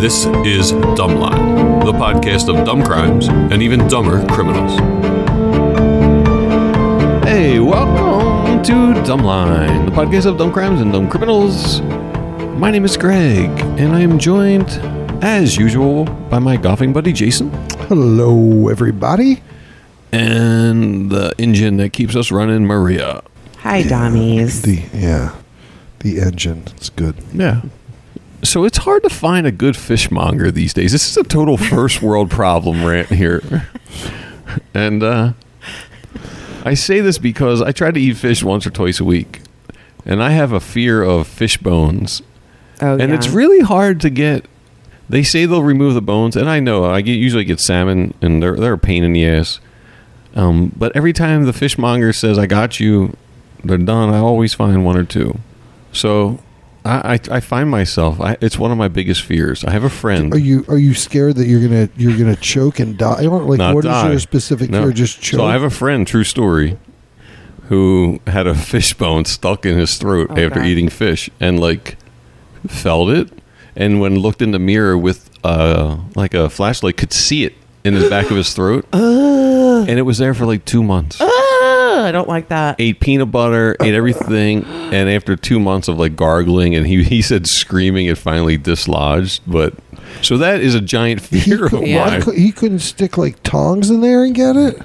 This is Dumbline, the podcast of dumb crimes and even dumber criminals. Hey, welcome to Dumbline, the podcast of dumb crimes and dumb criminals. My name is Greg, and I am joined, as usual, by my golfing buddy Jason Hello, everybody. and the engine that keeps us running, Maria. Hi, Dommies. The yeah, the engine. It's good. Yeah. So it's hard to find a good fishmonger these days. This is a total first world problem rant here. And uh, I say this because I try to eat fish once or twice a week. And I have a fear of fish bones. oh, and yeah. it's really hard to get. They say they'll remove the bones, and I know I get, usually get salmon, and they're they're a pain in the ass. Um, but every time the fishmonger says "I got you," they're done. I always find one or two. So I I, I find myself. I, it's one of my biggest fears. I have a friend. Are you are you scared that you're gonna you're gonna choke and die? I don't like. not what is die. your specific No. fear? Just choke. So I have a friend, true story, who had a fish bone stuck in his throat Oh, after God. eating fish and like felt it and when looked in the mirror with uh like a flashlight could see it in the back of his throat. and it was there for like 2 months. Ah, I don't like that. Ate peanut butter, ate everything, and after two months of like gargling and he, he said screaming, it finally dislodged. But so that is a giant he, fear of could, mine. Yeah. why cou- he couldn't stick like tongs in there and get it.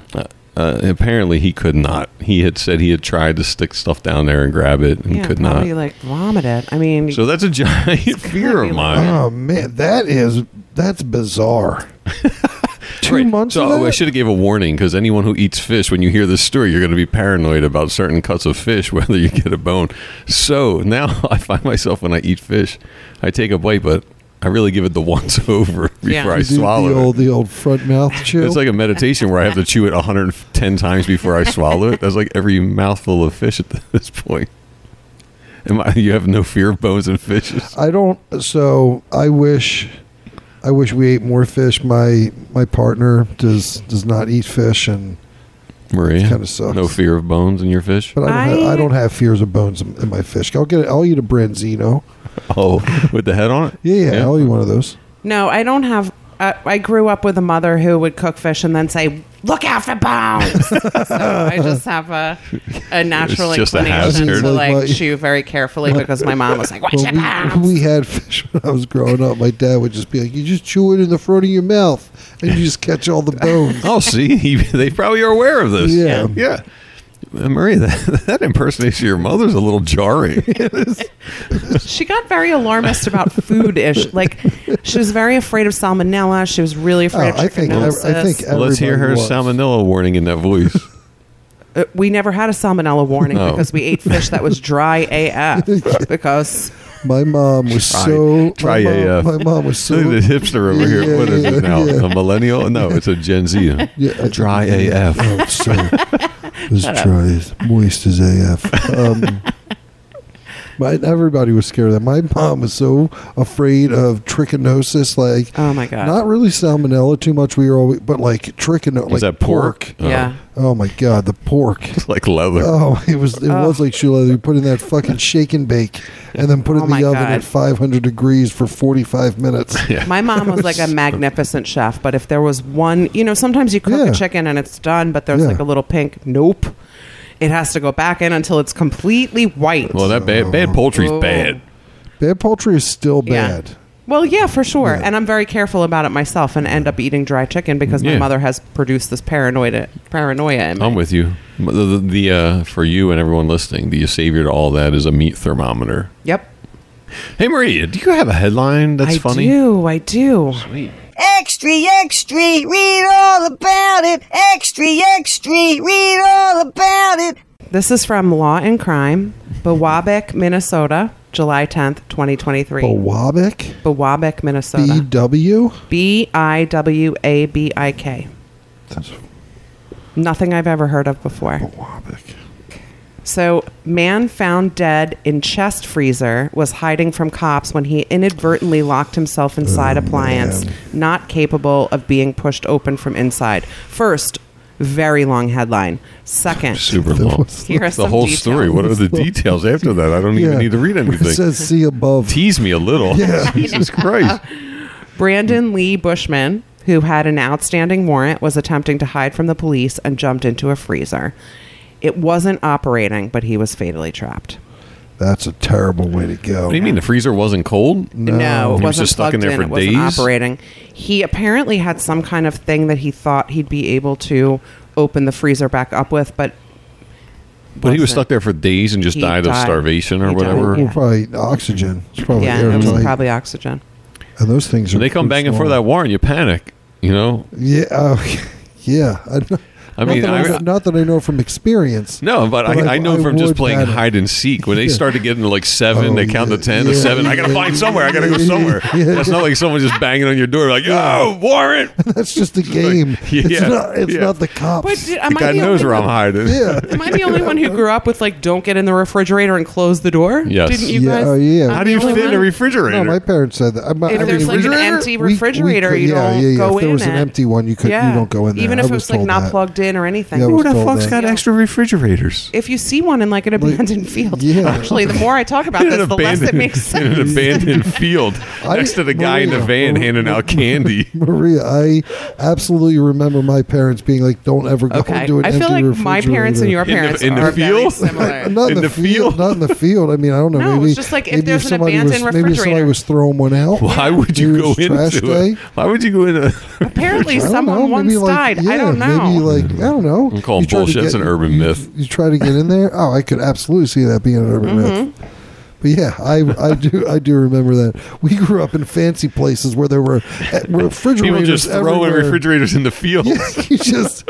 Uh, apparently, he could not. He had said he had tried to stick stuff down there and grab it and yeah, could not. probably, like vomit it. I mean, so that's a giant fear be of like- mine. Oh man, that is that's bizarre. Two Right. months. So of that? I should have gave a warning because anyone who eats fish, when you hear this story, you're going to be paranoid about certain cuts of fish, whether you get a bone. So now I find myself when I eat fish, I take a bite, but I really give it the once over before Yeah. I You do swallow the it. old the old front mouth chew. It's like a meditation where I have to chew it 110 times before I swallow it. That's like every mouthful of fish at this point. Am I, you have no fear of bones and fishes? I don't. So I wish, I wish we ate more fish. My my partner does does not eat fish, and Maria, Kinda sucks. no fear of bones in your fish? but I don't, I- have, I don't have fears of bones in, in my fish. I'll get. I'll eat a branzino. Oh, with the head on it? Yeah, yeah, I'll eat one of those. no, I don't have. I, I grew up with a mother who would cook fish and then say, "Look out for bones." so I just have a a natural just a inclination hazard. to Like, like like- chew very carefully because my mom was like, "Watch your When bones." we, we had fish when I was growing up, my dad would just be like, "You just chew it in the front of your mouth, and you just catch all the bones." Oh, see, he, they probably are aware of this. Yeah. Yeah. Uh, Maria, that, that impersonation of your mother's a little jarring. she got very alarmist about food ish. Like she was very afraid of salmonella. She was really Oh, afraid of I think. trichinosis. I, I think. Let's hear her everybody was. salmonella warning in that voice. Uh, we never had a salmonella warning Oh. because we ate fish that was dry AF. Because My mom was so. try my, a, mom, uh, my mom was so. Look at this hipster over here. Yeah, What is yeah, it now? yeah. A millennial? No, it's a Gen Z. Yeah, I- Dry AF. Oh, it's so it was dry, as moist as AF. Um, my, everybody was scared of that. My mom was so afraid of trichinosis, like oh my god, not really salmonella too much. We were always, but like trichinosis, Is like that pork? Oh. yeah. Oh my god, the pork. It's like leather. Oh, it was it was like shoe leather. You put in that fucking shake and bake, and then put it Oh in my the oven God. at 500 degrees for 45 minutes. Yeah. My mom was like a magnificent chef, but if there was one, you know, sometimes you cook Yeah. a chicken and it's done, but there's Yeah. like a little pink. Nope, it has to go back in until it's completely white. well, that bad, bad poultry's Oh. bad. Bad poultry is still Yeah. bad. Well, yeah, for sure. Yeah. And I'm very careful about it myself, and end up eating dry chicken because Yeah. Oh. my mother has produced this paranoia paranoia in me. I'm with you. The, the, the, uh, for you and everyone listening, the savior to all that is a meat thermometer. yep, Hey, Maria, do you have a headline that's I funny? do. I do. Extra, extra, read all about it. Extra, extra, read all about it. This is from Law and Crime, Bewabic, Minnesota, July 10th, 2023. Bawabic, Bewabic, E Minnesota. BW. B I W A B I K. Nothing I've ever heard of before. Bawabic. So, man found dead in chest freezer was hiding from cops when he inadvertently locked himself Oh, inside appliance man. not capable of being pushed open from inside. First, very long headline. Second, Super long. Here are the some whole details. story. What are the details after that? I don't even need to read It anything. says see above. Tease me a little. Yeah. Jesus Christ. Brandon Lee Bushman, who had an outstanding warrant, was attempting to hide from the police and jumped into a freezer. It wasn't operating, but he was fatally trapped. That's a terrible way to go. What do you mean the freezer wasn't cold? He No, it was wasn't just stuck in plugged there for it wasn't days? operating. He apparently had some kind of thing that he thought he'd be able to open the freezer back up with, but But he was wasn't. stuck there for days and just He died, of died. starvation or He died, whatever. yeah. Probably oxygen. It's Oh, probably yeah, it was airtight. probably oxygen. and those things are. When they come pretty banging for small. that warrant, you panic. You know, Yeah. Uh, yeah. I, I mean, not that I, I- not that I know from experience. no, but, But I, I- I know I from just would playing panic. hide and seek when they Yeah. started getting to like seven, Oh, they count yeah, to ten, to yeah, seven. I gotta yeah, find yeah, somewhere. I gotta go yeah, somewhere. yeah. That's not like someone just banging on your door like, "Oh, warrant." That's just a game. it's yeah, not, it's yeah. not the cops. But did- The am, I guy the knows where only I'm one, hiding. yeah. am I the only one who grew up with like don't get in the refrigerator and close the door? Yes. Didn't you Yeah, guys? oh, yeah. I'm How How do the you only fit in a one? refrigerator? No, my parents said that. I, I If there's mean, like an refrigerator? empty We- we refrigerator, could- you yeah, don't yeah, yeah. go If in. there was an it. empty one, you could- you don't go in there. Even I if it was was like told not that. plugged in or anything. Yeah, I Who was the told fuck's that. got Yeah. extra refrigerators? if you see one in like an abandoned field, yeah. actually, the more I talk about in this, an the less it abandoned- makes in sense. an abandoned field I- next to the guy in the Maria, van handing out candy. Maria, I absolutely remember my parents being like, "Don't ever go Okay, into an I feel empty like my refrigerator." Uh, parents and your In the- parents in the are very field? similar. Not in, In the, the field, field? Not in the field. I mean, I don't know. No, maybe, it's just like if maybe there's an somebody abandoned was, Maybe somebody refrigerator. was throwing one out. Why would you Maybe it go was trash into day. it? Why would you go into? Apparently, I don't someone know, once maybe like, died. I yeah, don't know. Maybe like I don't know. I'm calling You try to bullshit. That's an urban you- myth. You try to get in there. Oh, I could absolutely see that being an urban Mm-hmm. myth. But yeah, I, I do I do remember that. We grew up in fancy places where there were eh, refrigerators. People just throwing everywhere. refrigerators in the field. Yeah, you just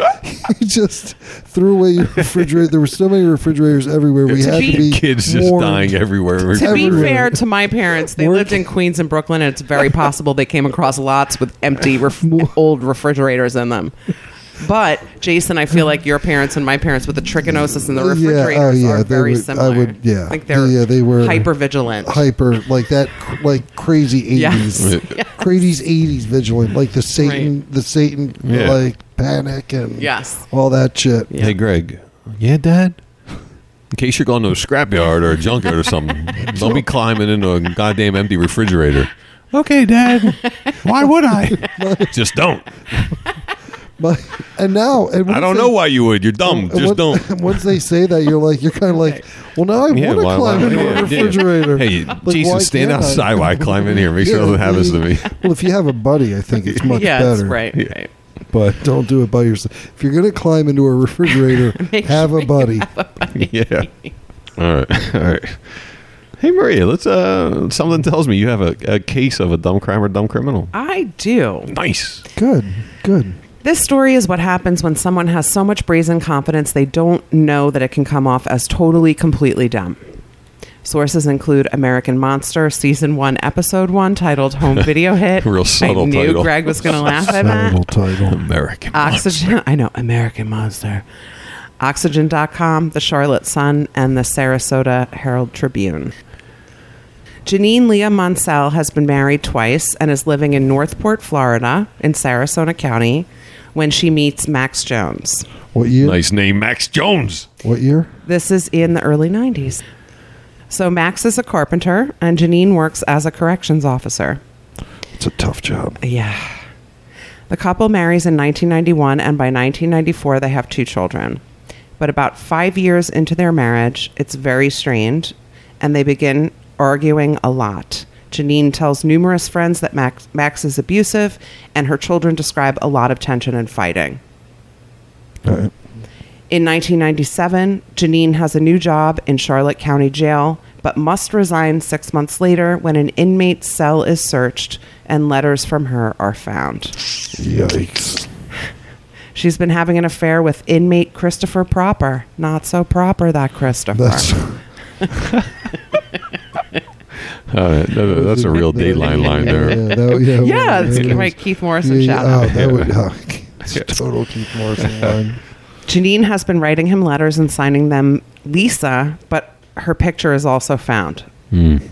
you just threw away your refrigerator. There were so many refrigerators everywhere. We To had be- to be Kids just warned. dying everywhere. To be Everywhere. fair to my parents, they Work- lived in Queens and Brooklyn, and it's very possible they came across lots with empty, ref- old refrigerators in them. But Jason, I feel like your parents and my parents with the trichinosis in the Yeah, oh, refrigerators yeah, are they very would- I similar. would- yeah. I think they're Yeah, they were- hyper vigilant. hyper like that cr- like crazy 80s Yes. crazy 80s vigilant like the satan the satan Yeah. like panic and Yes. all that shit Yeah. Hey, Greg. Yeah, Dad. In case you're going to a scrapyard or a junkyard or something, don't be climbing into a goddamn empty refrigerator. Okay, Dad. Why would I? Just don't. But- and now I and once don't they- know why you would. You're dumb. and Just once- don't. once they say that you're like you're kind of like well now i want to why- climb why- into yeah, a yeah. refrigerator Hey, Like, why Jason, stand can't I? outside while I climb in here. Make sure Yeah, nothing happens to really. me. well if you have a buddy i think it's much yes, better right. Yeah. right. but don't do it by yourself if you're going to climb into a refrigerator Make have sure a you buddy yeah. All right. All right. Hey Maria, let's. Uh, something tells me you have a, a case of a dumb crime or dumb criminal. I do. Nice. good good This story is what happens when someone has so much brazen confidence they don't know that it can come off as totally, completely dumb. Sources include American Monster, Season 1, Episode 1, titled Home Video Hit. Real subtle I knew title. Greg was going to laugh at Terrible that. title American. Oxygen. I know, American Monster. Oxygen.com, The Charlotte Sun, and the Sarasota Herald Tribune. Janine Leah Monsell has been married twice and is living in Northport, Florida, in Sarasota County, when she meets Max Jones. what year Nice name, Max Jones. What year? This is in the early 90s. So Max is a carpenter and Janine works as a corrections officer. It's a tough job. Yeah. The couple marries in 1991, and by 1994, they have two children. But about five years into their marriage, it's very strained, and they begin arguing a lot. Janine tells numerous friends that Max, Max is abusive, and her children describe a lot of tension and fighting. In 1997, Janine has a new job in Charlotte County Jail, but must resign six months later when an inmate's cell is searched and letters from her are found. Yikes. She's been having an affair with inmate Christopher Proper. Not so proper, that Christopher. That's All right, that- that's a real Dateline line there. Yeah, that, yeah, yeah, well, it's it right, is. Keith Morrison Yeah, shout oh, out. that would. Oh, it's a total Keith Morrison line. Janine has been writing him letters and signing them Lisa, but her picture is also found.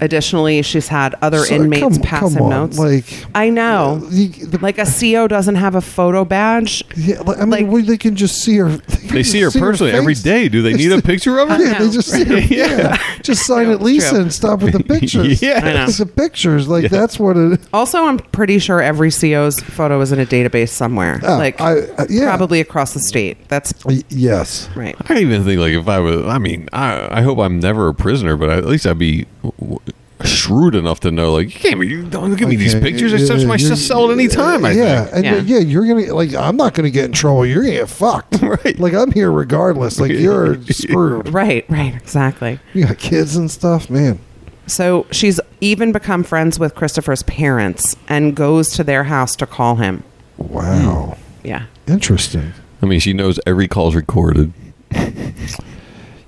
Additionally, she's had other So, inmates come- pass come him on, notes. like- uh, I know, You- the- like a CO doesn't have a photo badge. Yeah, like, I mean, like- well, they can just see her. They see her personally every face. day. Do they It's need a the- picture of her? Yeah, they just see her. Yeah. just sign it, Lisa, true. and stop with the pictures. Yes. I know. It's the pictures. Like that's what it. Also, I'm pretty sure every CO's photo is in a database somewhere, Oh, like I- uh, yeah. probably across the state. That's Y- Yes. right. I even think like if I was, I mean, I I hope I'm never a prisoner, but I, at least I'd be w- shrewd enough to know like you can't be, you don't give me these Okay, pictures. yeah, I search my you're- cell at any time. I yeah, think. and Yeah. yeah, You're gonna like. I'm not gonna get in trouble. You're gonna get fucked. Right. Like I'm here regardless. Like you're screwed. Right, right, exactly. You got kids and stuff, man. So she's even become friends with Christopher's parents and goes to their house to call him. Wow. Hmm. Yeah. Interesting. I mean, she knows every call's recorded.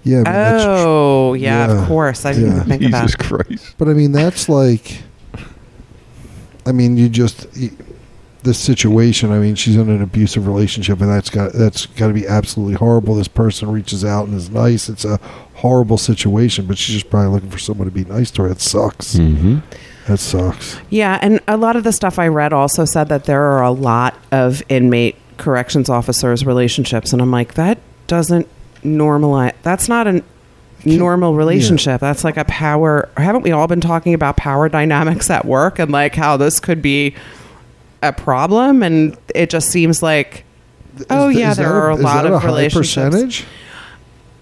Yeah. I mean, that's tr- Oh, yeah, yeah, of course. I didn't yeah. think of Jesus that. Christ. But I mean, that's like, I mean, you just you, the situation. I mean, she's in an abusive relationship, and that's got that's got to be absolutely horrible. This person reaches out and is nice. It's a horrible situation, but she's just probably looking for someone to be nice to her. That sucks. Mm-hmm. That sucks. Yeah, and a lot of the stuff I read also said that there are a lot of inmate corrections officers relationships and I'm like that doesn't normalize. That's not a normal relationship. That's like a power haven't we all been talking about power dynamics at work and like how this could be a problem and it just seems like Oh, yeah, there are a is lot that of high relationships. Percentage?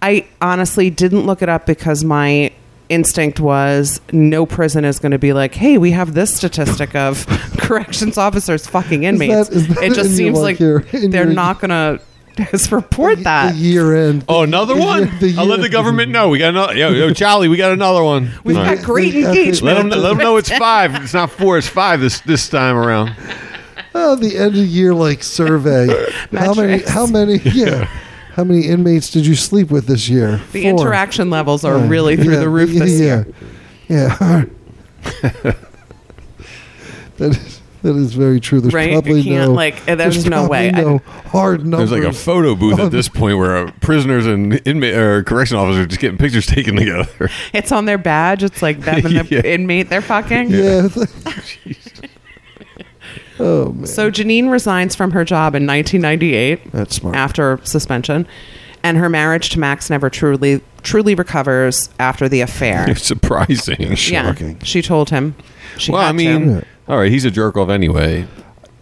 I honestly didn't look it up because my instinct was no prison is going to be like, hey, we have this statistic of corrections officers fucking inmates. that- is that it just in your, seems like, like your- in they're your- not going to report The that. year end. Oh, another The one! year- the I'll let year- the government know. We got another. Yo, yo, Jolly, we got another one. We've All got right. great They- they- engagement. Let them, let them know it's five. It's not four. It's five this this time around. Oh, the end of year like survey. how many? Metrics. How many? Yeah. How many inmates did you sleep with this year? The Four. interaction levels are really through Yeah, the roof yeah, this year. Yeah. Yeah. that is that is very true. There's Right? You probably can't, no like, uh, there's no probably way. I- No hard numbers. There's like a photo booth at this point where uh, prisoners and inmate or correction officers are just getting pictures taken together. It's on their badge. It's like them and the Yeah. inmate they're fucking. yeah. oh man, So Janine resigns from her job in 1998. that's smart. after suspension, and her marriage to Max never truly truly recovers after the affair. It's surprising. yeah, shocking. she told him. She Well, had I mean, to. Yeah. all right, he's a jerk off anyway.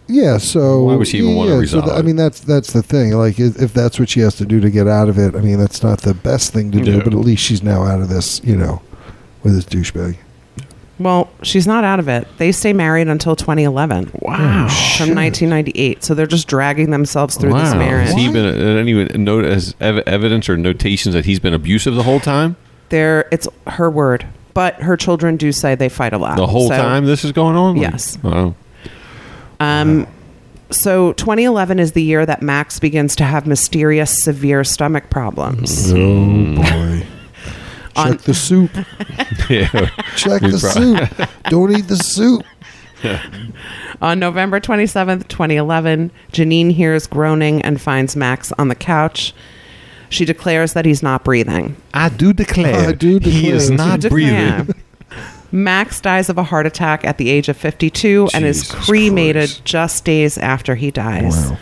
Yeah, so Why would she even yeah, wanna resolve th- it? I mean, that's that's the thing. Like, if, if that's what she has to do to get out of it, I mean, that's not the best thing to do. Yeah. But at least she's now out of this, you know, with this douchebag. well, she's not out of it. They stay married until 2011. Wow, from 1998. So they're just dragging themselves Oh, through this marriage. Has he Why? been uh, any note as ev- evidence or notations that he's been abusive the whole time? They're, it's her word, but her children do say they fight a lot The whole Uh, So, time this is going on? Like, oh. Yes. Wow. Um, so 2011 is the year that Max begins to have mysterious, severe stomach problems. Mm-hmm. Oh boy! On- Check the soup. Yeah. Check We the pro- soup. Don't eat the soup. On November 27th, 2011, Janine hears groaning and finds Max on the couch. She declares that he's not breathing. I do declare. I do He is declare. not Declare. breathing. Ah, Max dies of a heart attack at the age of 52 and is Jesus cremated Christ. just days after he dies. Wow.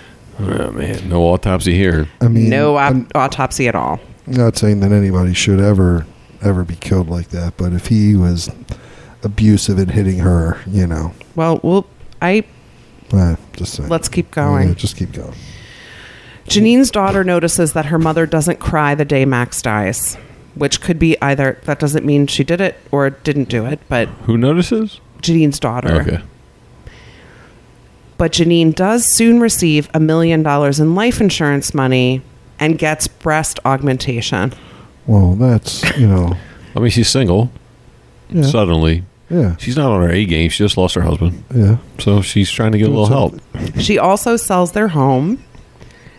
Oh, man. No autopsy here. I mean, No op- I'm autopsy at all. not saying that anybody should ever ever be killed like that, but if he was abusive and hitting her, you know, Well, well, I eh, just saying. let's keep Yeah, going. just keep going. Janine's daughter notices that her mother doesn't cry the day Max dies, which could be either that doesn't mean she did it or didn't do it, but Who notices? Janine's daughter. Okay. But Janine does soon receive a million dollars in life insurance money and gets breast augmentation. Well, that's you know, I mean, she's single yeah, suddenly. yeah, She's not on her A game. She just lost her husband. yeah. So she's trying to get a little help. She also sells their home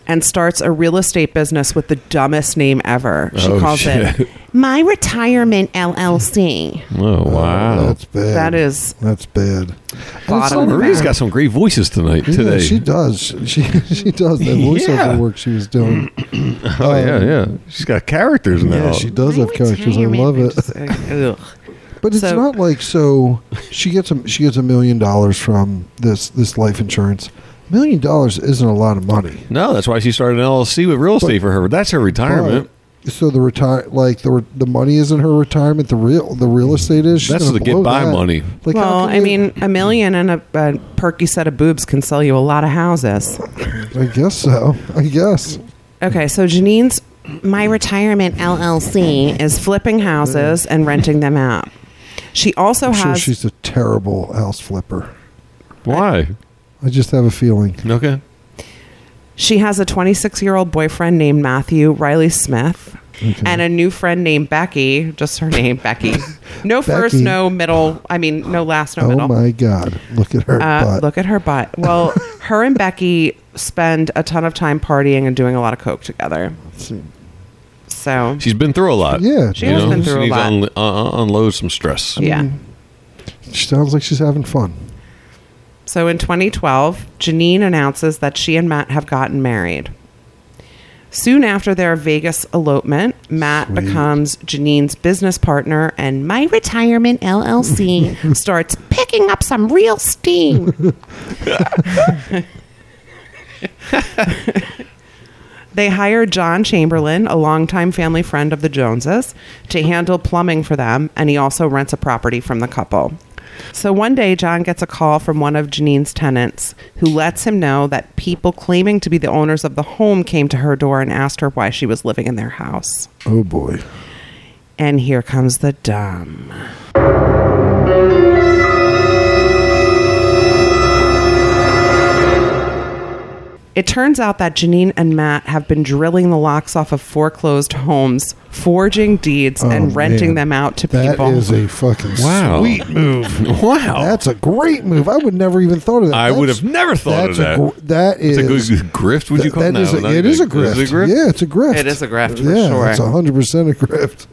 and starts a real estate business with the dumbest name ever. She Oh, calls shit. it My Retirement LLC. Oh, wow. that's bad. That is that's bad. And it's not- bottom Maria's Wow. got some great voices tonight. Yeah, today. she does. She she does that voiceover Yeah. work she was doing. Um, Oh yeah, yeah. She's got characters now. Yeah, she does have characters. I love it. uh, Ugh. But it's So- not like so she gets a she gets a million dollars from this this life insurance. A million dollars isn't a lot of money. No, that's why she started an LLC with real estate for her. That's her retirement. But- so the retire like the re- the money isn't her retirement. The real the real estate is. She's That's gonna the get blow by that. money. Like, how well, can I you- mean, a million and a, a perky set of boobs can sell you a lot of houses. I guess so. I guess. Okay, so Janine's My Retirement LLC is flipping houses and renting them out. She also I'm sure has she's a terrible house flipper. Why? I just have a feeling. Okay. she has a 26-year-old boyfriend named Matthew Riley Smith and a new friend named Becky, just her name Becky. No first, Becky. no middle, I mean no last, no Oh middle. my God! Look at her Uh, butt. look at her butt. Well, her and Becky spend a ton of time partying and doing a lot of coke together. So She's been through a lot. Yeah, She has been through a she lot. needs to unlo- uh, uh, unload some stress. yeah. She sounds like she's having fun. So in 2012, Janine announces that she and Matt have gotten married. Soon after their Vegas elopement, Matt Sweet. becomes Janine's business partner, and My Retirement LLC starts picking up some real steam. they hire John Chamberlain, a longtime family friend of the Joneses, to handle plumbing for them, and he also rents a property from the couple. So one day, John gets a call from one of Janine's tenants who lets him know that people claiming to be the owners of the home came to her door and asked her why she was living in their house. Oh boy! And here comes the dumb. It turns out that Janine and Matt have been drilling the locks off of foreclosed homes, forging deeds, Oh, and renting man. them out to That people. is a fucking Wow. sweet move. Wow. That's a great move. I would never even thought of that. I That's- would have never thought of that's that. A, gr- that It's is a good grift, would you call that no, is a, not it is a good- grift. is it a grift? Yeah, it's a grift. It is a grift, for yeah, sure. it's hundred percent a grift.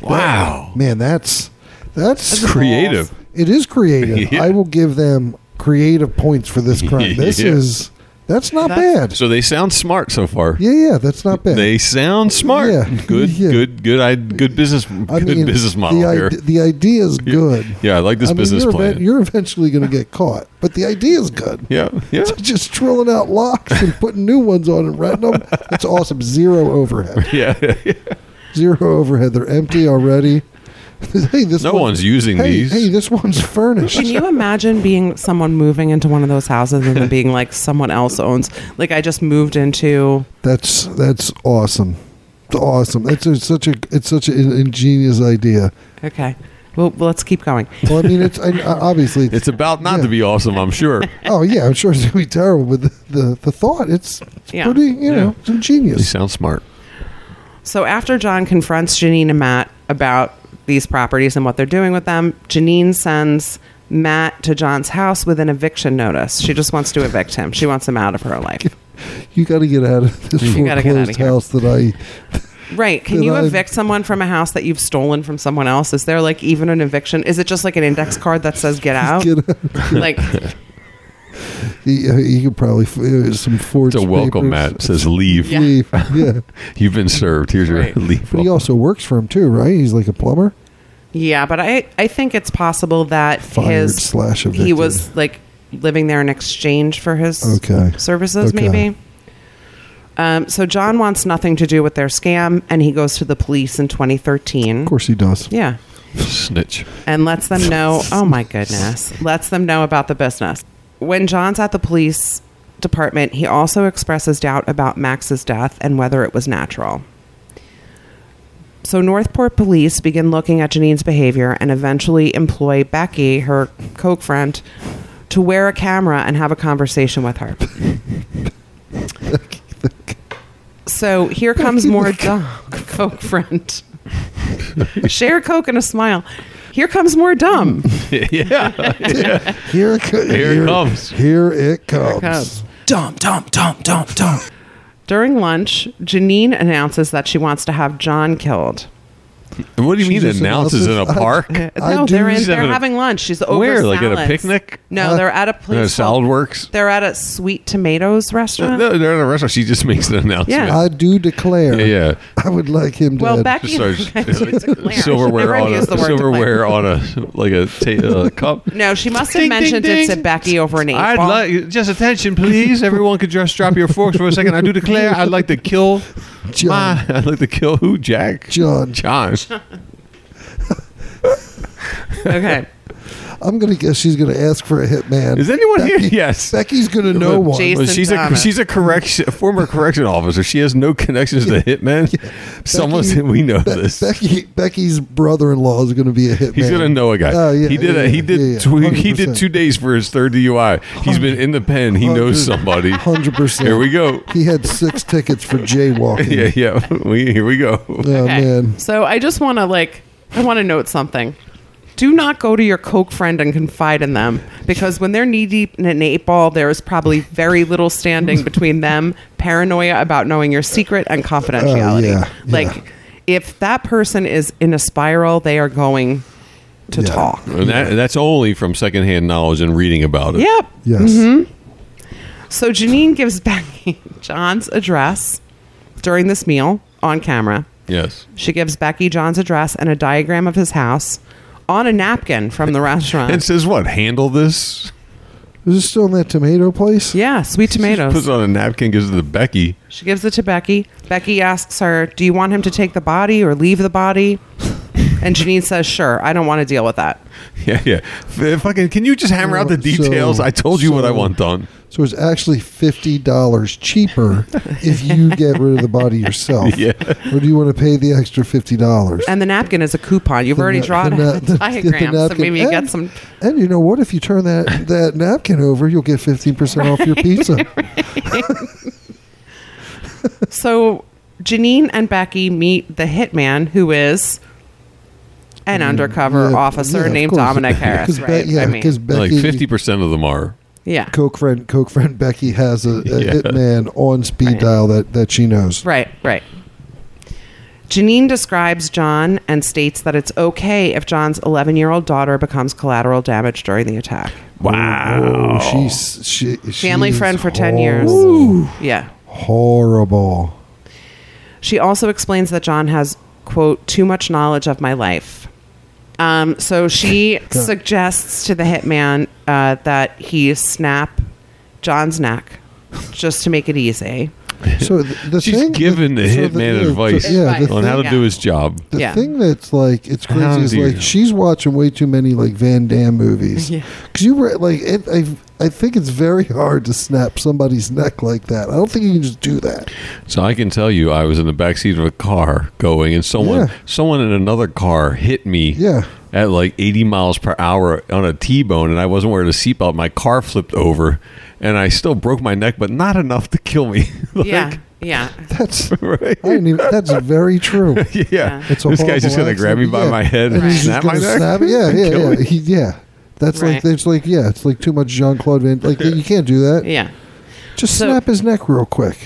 Wow. man, that's that's That's creative. It is creative. Yeah. I will give them creative points for this crime. This Yeah. is that's not That's- bad. So they sound smart so far. Yeah, yeah, that's not bad. They sound smart. Yeah. Good, Yeah. good, good. I good business. Good I mean, business model the here. ide- the idea is good. yeah, I like this I mean, business you're, plan. event- you're eventually going to get caught, but the idea is good. yeah, yeah. Just drilling out locks and putting new ones on and renting them. It's awesome. Zero overhead. Yeah, Zero overhead. They're empty already. hey, this No one- one's using hey, these. Hey, this one's furnished. Can you imagine being someone moving into one of those houses and then being like someone else owns? Like I just moved into. That's that's awesome. It's Awesome. That's a, such a it's such an ingenious idea. Okay, well let's keep going. Well, I mean, it's I, I- obviously It's about not Yeah. to be awesome, I'm sure. oh yeah, I'm sure it's gonna be terrible, but the the, the thought it's, it's Yeah. pretty you know it's They ingenious. sound smart. So after John confronts Janine and Matt about these properties and what they're doing with them, Janine sends Matt to John's house with an eviction notice. She just wants to evict him. She wants him out of her life. You got to get out of this You gotta get out of foreclosed here. house that I Right. Can Did you I- evict someone from a house that you've stolen from someone else? Is there like even an eviction? Is it just like an index card that says get out? Get out. Like You, uh, you could probably f- uh, some forged. It's a welcome, Matt. It papers. says leave. Yeah. Leave. Yeah. You've been served. Here's your Right. leave. Oh, but he also works for him too, right? He's like a plumber. Yeah, but I I think it's possible that Fired his slash he evicted. was like living there in exchange for his Okay. services, Okay. maybe. Um, so John wants nothing to do with their scam, and he goes to the police in 2013. Of course, he does. Yeah, Snitch. and lets them know. Oh my goodness, lets them know about the business. When John's at the police department, he also expresses doubt about Max's death and whether it was natural. So Northport police begin looking at Janine's behavior and eventually employ Becky, her coke friend, to wear a camera and have a conversation with her. so here comes more dumb coke friend. Share coke and a smile. Here comes more dumb. yeah. Here it, co- it comes. Here it comes. comes. Dum, dum, dum, dum, dum. During lunch, Janine announces that she wants to have John killed. And what do you She mean just announces in a announces- park? I no, do they're in, use that they're in a- having lunch. She's over Where? Like at a salads. picnic? No, Uh, they're at a place. Uh, called- Salad Works? They're at a Sweet Tomatoes No, restaurant. they're in a restaurant. She just makes an announcement. Uh, Yeah. I do declare. Yeah, yeah. I would like him Well, dead. back- Just starts I should declare. silverware Never on a use the word silverware on a like a ta- uh, cup. No, she must have Ding, ding, mentioned it to ding. Becky over an eight I'd ball. like just attention, please. Everyone could just drop your forks for a second. I do declare, I'd like to kill. John. My, I'd like to kill who? Jack. John. John. okay. I'm gonna guess she's gonna ask for a hitman. Is anyone here? Becky- Yes. Becky's gonna know But- one. Jason- But she's a Thomas. she's a correction a former correction officer. She has no connections to hitmen. Someone Becky- said we know Be- this. Becky Becky's brother-in-law is gonna be a hitman. He's gonna know a guy. Oh, yeah, he did. yeah, a, he did. yeah, yeah, tw- he did 100%. two days for his third DUI. He's been in the pen. He knows somebody. Hundred percent. Here we go. He had six tickets for jaywalking. Yeah, yeah. We here we go. Oh Okay. man. So I just want to like, I want to note something. Do not go to your Coke friend and confide in them because when they're knee deep in an eight ball, there is probably very little standing between them, paranoia about knowing your secret, and confidentiality. Oh, yeah, like, yeah. if that person is in a spiral, they are going to Yeah. talk. And that, that's only from secondhand knowledge and reading about it. Yep. Yes. Mm-hmm. So Janine gives Becky John's address during this meal on camera. Yes. She gives Becky John's address and a diagram of his house on a napkin from the restaurant. And says what? Handle this. Is this still in that tomato place? yeah, sweet Puts tomatoes. it on a napkin. Gives it to Becky. She gives it to Becky. Becky asks her, Do you want him to take the body or leave the body? And Janine says, Sure, I don't want to deal with that. Yeah, yeah. F- fucking. Can you just hammer out the So- details? I told you what I so- want done. So it's actually fifty dollars cheaper if you get rid of the body yourself. Yeah. Or do you want to pay the extra fifty dollars? And the napkin is a coupon. You've already na- drawn the na- a the- diagram, the so napkin. maybe you and, get some. And you know what? If you turn that that napkin over, you'll get fifteen percent off your pizza. So Janine and Becky meet the hitman, who is an undercover Mm, Yeah, officer yeah, of named course. Dominic Harris. Be- Right? yeah, I mean, because Becky, like fifty percent of them are. yeah. Coke friend, Coke friend Becky has a, a Yeah. hitman on speed Right. dial that that she knows. Right, right. Janine describes John and states that it's okay if John's 11 year old daughter becomes collateral damage during the attack. Wow. Oh, she's she, Family she's friend for 10 years. horrible. Yeah. Horrible. She also explains that John has, quote, too much knowledge of my life. Um, so she suggests to the hitman uh, that he snap John's neck just to make it easy. So th- the She's thing giving the so hitman yeah, advice yeah, the on how to thing- do his job. The Yeah. thing that's like it's crazy How is do you- like she's watching way too many like Van Damme movies. Yeah. Cause you re- like it, I I think it's very hard to snap somebody's neck like that. I don't think you can just do that. So I can tell you, I was in the back seat of a car going, and someone, Yeah. someone in another car hit me. Yeah. At like 80 miles per hour on a T-bone, and I wasn't wearing a seatbelt. My car flipped over, and I still broke my neck, but not enough to kill me. Like, yeah, yeah. That's Right. I didn't even, that's very true. Yeah. It's a this guy's just gonna horrible grab me accident. by Yeah. my head and And he's snap just my gonna neck. snap. Yeah, and yeah, kill yeah. me. He- yeah. That's like Right. it's like yeah, it's like too much Jean Claude Van. Like you can't do that. Yeah. Just So- snap his neck real quick.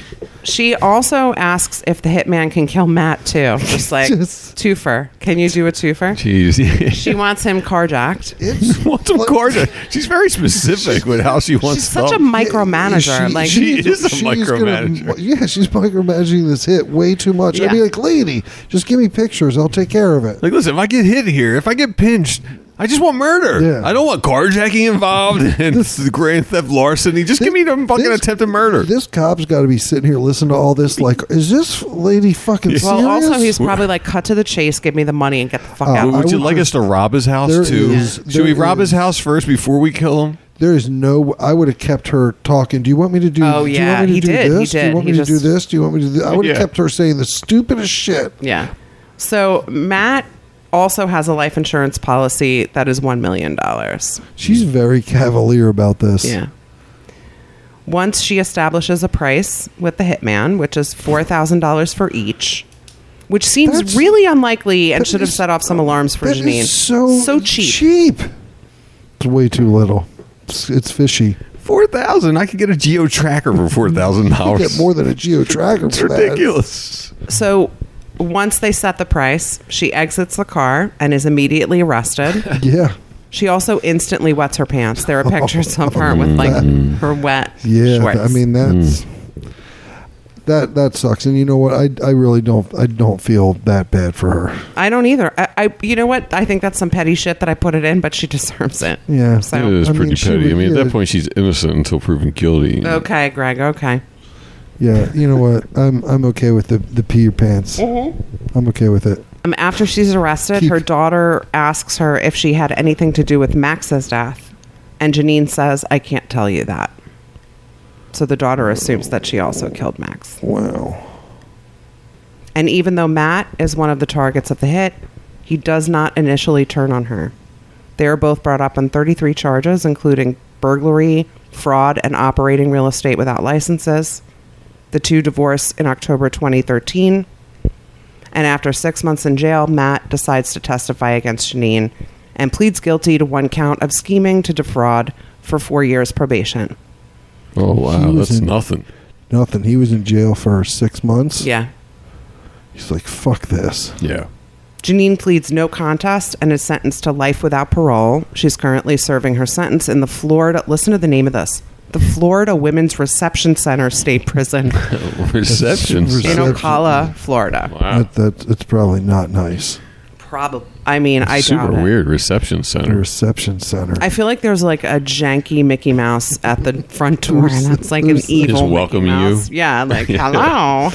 She also asks if the hitman can kill Matt too. Just like Just- twofer. Can you do a twofer? Jeez. She wants him carjacked. It's wants him carjacked. She's very specific with how she wants She's such a help. micromanager. She- like she is a she's micromanager. gonna- yeah, she's micromanaging this hit way too much. Yeah. I'd be like, lady, just give me pictures. I'll take care of it. Like, listen, if I get hit here, if I get pinched, I just want murder. Yeah. I don't want carjacking involved and grand theft larceny. Just give me the fucking this- attempted murder. This cop's got to be sitting here listening to all this. Like, is this lady fucking serious? well, also he's probably like cut to the chase, give me the money and get the fuck Oh, Would out. I would you would like us just- to rob his house There too? is- Should we there rob his is- house first before we kill him? there is no. I would have kept her talking. Do you want me to do? Oh, do yeah, you want me he to do did, he This? Do did. you want He me to do just- this? Do you want me to do? I would have Yeah. kept her saying the stupidest shit. Yeah. So Matt also has a life insurance policy that is one million dollars. She's very cavalier about this. Once she establishes a price with the hitman, which is four thousand dollars for each, which seems That's- really unlikely and that should have is- set off some alarms for That is Janine. so so cheap. Cheap. It's way too little. It's, it's fishy. Four thousand. I could get a geo tracker for four thousand You dollars. get more than a geo tracker. It's ridiculous. So Once they set the price, she exits the car and is immediately arrested. Yeah. She also instantly wets her pants. There are pictures of her with like her wet Oh, Yeah, shorts. I mean that's that that sucks. And you know what? I I really don't I don't feel that bad for her. I don't either. I, I you know what? I think that's some petty shit that I put it in, but she deserves it. Yeah. It So is I mean, pretty she petty. was- I mean, at yeah. that point, she's innocent until proven guilty. okay, Greg. Okay. Yeah, you know what? I'm I'm okay with the the pee your pants. Mm-hmm. I'm okay with it. Um, after she's arrested, her Keep- daughter asks her if she had anything to do with Max's death, and Janine says, "I can't tell you that." So the daughter assumes that she also killed Max. Wow. And even though Matt is one of the targets of the hit, he does not initially turn on her. They are both brought up on 33 charges, including burglary, fraud, and operating real estate without licenses. The two divorce in October 2013. And after six months in jail, Matt decides to testify against Janine and pleads guilty to one count of scheming to defraud for four years probation. Oh, wow. He was That's in- nothing. Nothing. He was in jail for six months. Yeah. He's like, fuck this. Yeah. Janine pleads no contest and is sentenced to life without parole. She's currently serving her sentence in the Florida. Listen to the name of this the Florida Women's Reception Center State Prison Reception. Reception. in Ocala, Florida. Wow. That, that it's probably not nice. Probably. I mean, I Super doubt it. weird reception The center. reception center. I feel like there's like a janky Mickey Mouse at the front door, and it's like an Just evil. Mickey welcome you. Mouse. Yeah, like hello.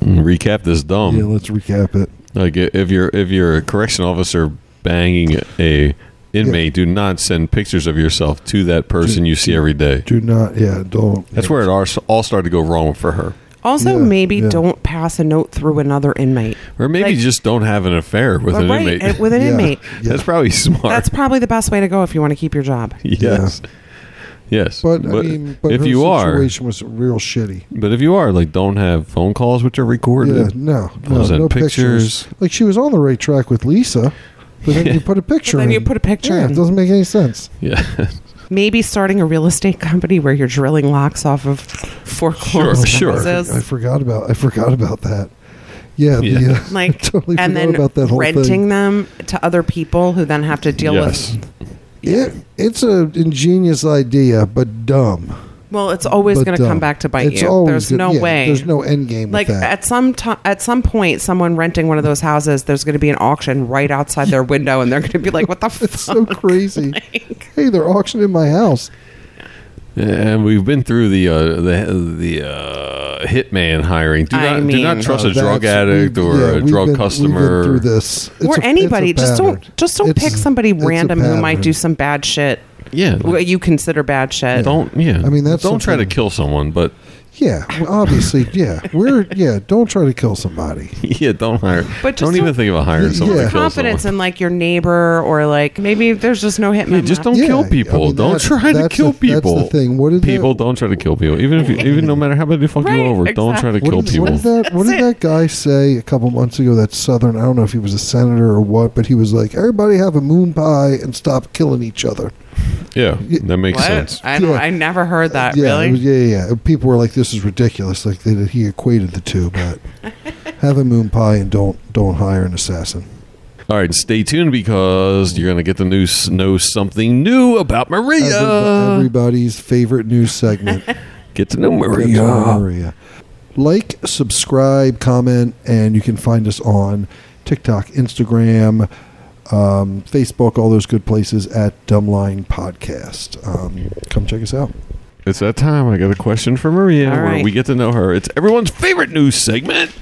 Mm, Recap this yeah, dumb. let's recap it. Like i- if you're if you're a correction officer banging a inmate, do not send pictures of yourself to that person you see every day. Do not. Yeah, don't. That's where it all all started to go wrong for her. Also, Yeah, maybe yeah. don't pass a note through another inmate. Or maybe Like- just don't have an affair with an right, inmate. uh, with an Yeah. inmate. Yeah. That's probably smart. That's probably the best way to go if you want to keep your job. yes. Yes. But, I mean, but if her you are, situation was real shitty. but if you are, like, don't have phone calls which are Yeah, recorded. no, no, Was that no pictures? pictures? Like she was on the right track with Lisa, but then you put a picture. then in. you put a picture Yeah, in. it doesn't make any sense. Yeah. maybe starting a real estate company where you're drilling locks off of foreclosed Oh, Sure, sure. houses. I forgot about. I forgot about that. Yeah, Yeah. The, uh, Like, totally forgot and then about that whole renting thing. them to other people who then have to deal yes. with. It, it's an ingenious idea, but dumb. Well, it's always But going to dumb. come back to bite It's you. always There's good- no yeah, way. There's no end game. Like with that. at some time, at some point, someone renting one of those houses, there's going to be an auction right outside their window, and they're going to be like, "What the fuck?" it's so crazy. hey, they're auctioning my house. And we've been through the uh, the the uh, hitman hiring. Do I not do mean- not trust Uh, a drug that's- addict we've- or yeah, a we've drug been- customer. We've been through this, It's a- or it's a anybody. Just pattern. don't just don't It's- pick somebody it's a random who might pattern. do some bad shit. Yeah, like- what you consider bad shit. Don't yeah. I mean, that's don't try to something- kill someone, but Yeah, well, obviously, yeah. We're yeah. Don't try to kill somebody. yeah, don't hire. But just don't even don't- think about hiring Yeah. someone. Yeah. To kill confidence someone. in like your neighbor or like maybe there's just no hitman. Yeah, just left. don't Yeah, kill I people. mean, don't that's- try to that's kill the- that's the people. thing. What did that- people don't try to kill people. Even if you, even no matter how bad they fuck Right, you over, don't try to exactly. kill What did, what people. did that? What did that guy say a couple months ago? That Southern. I don't know if he was a senator or what, but he was like, "Everybody have a moon pie and stop killing each other." yeah, that makes What? sense. I don't, Yeah. I never heard that. yeah, Uh, really? it was- yeah, yeah, yeah. People were like, "This is ridiculous." Like they, he equated the two, but have a moon pie and don't don't hire an assassin. All right, stay tuned because you're gonna get the news. Know something new about Maria. Everybo- everybody's favorite news segment. Get to know Maria. That's right, Maria. Like, subscribe, comment, and you can find us on TikTok, Instagram, um, Facebook, all those good places at Dumbline Podcast. Um, come check us out. It's that time. I got a question for Maria All where right. we get to know her. It's everyone's favorite news segment.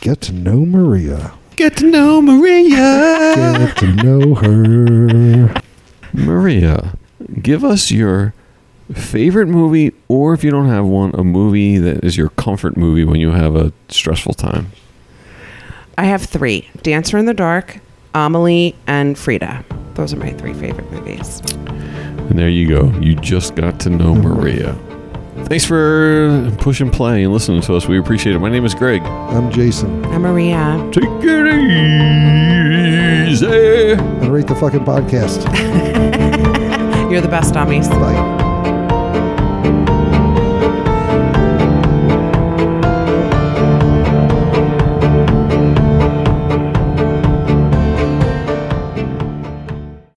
Get to know Maria. Get to know Maria. Get to know her. Maria, give us your favorite movie, or if you don't have one, a movie that is your comfort movie when you have a stressful time. I have three: Dancer in the Dark, Amelie, and Frida. Those are my three favorite movies. And there you go. You just got to know Maria. Thanks for push and play and listening to us. We appreciate it. My name is Greg. I'm Jason. And Maria. Take it easy. And rate the fucking podcast. You're the best, dummies. Bye.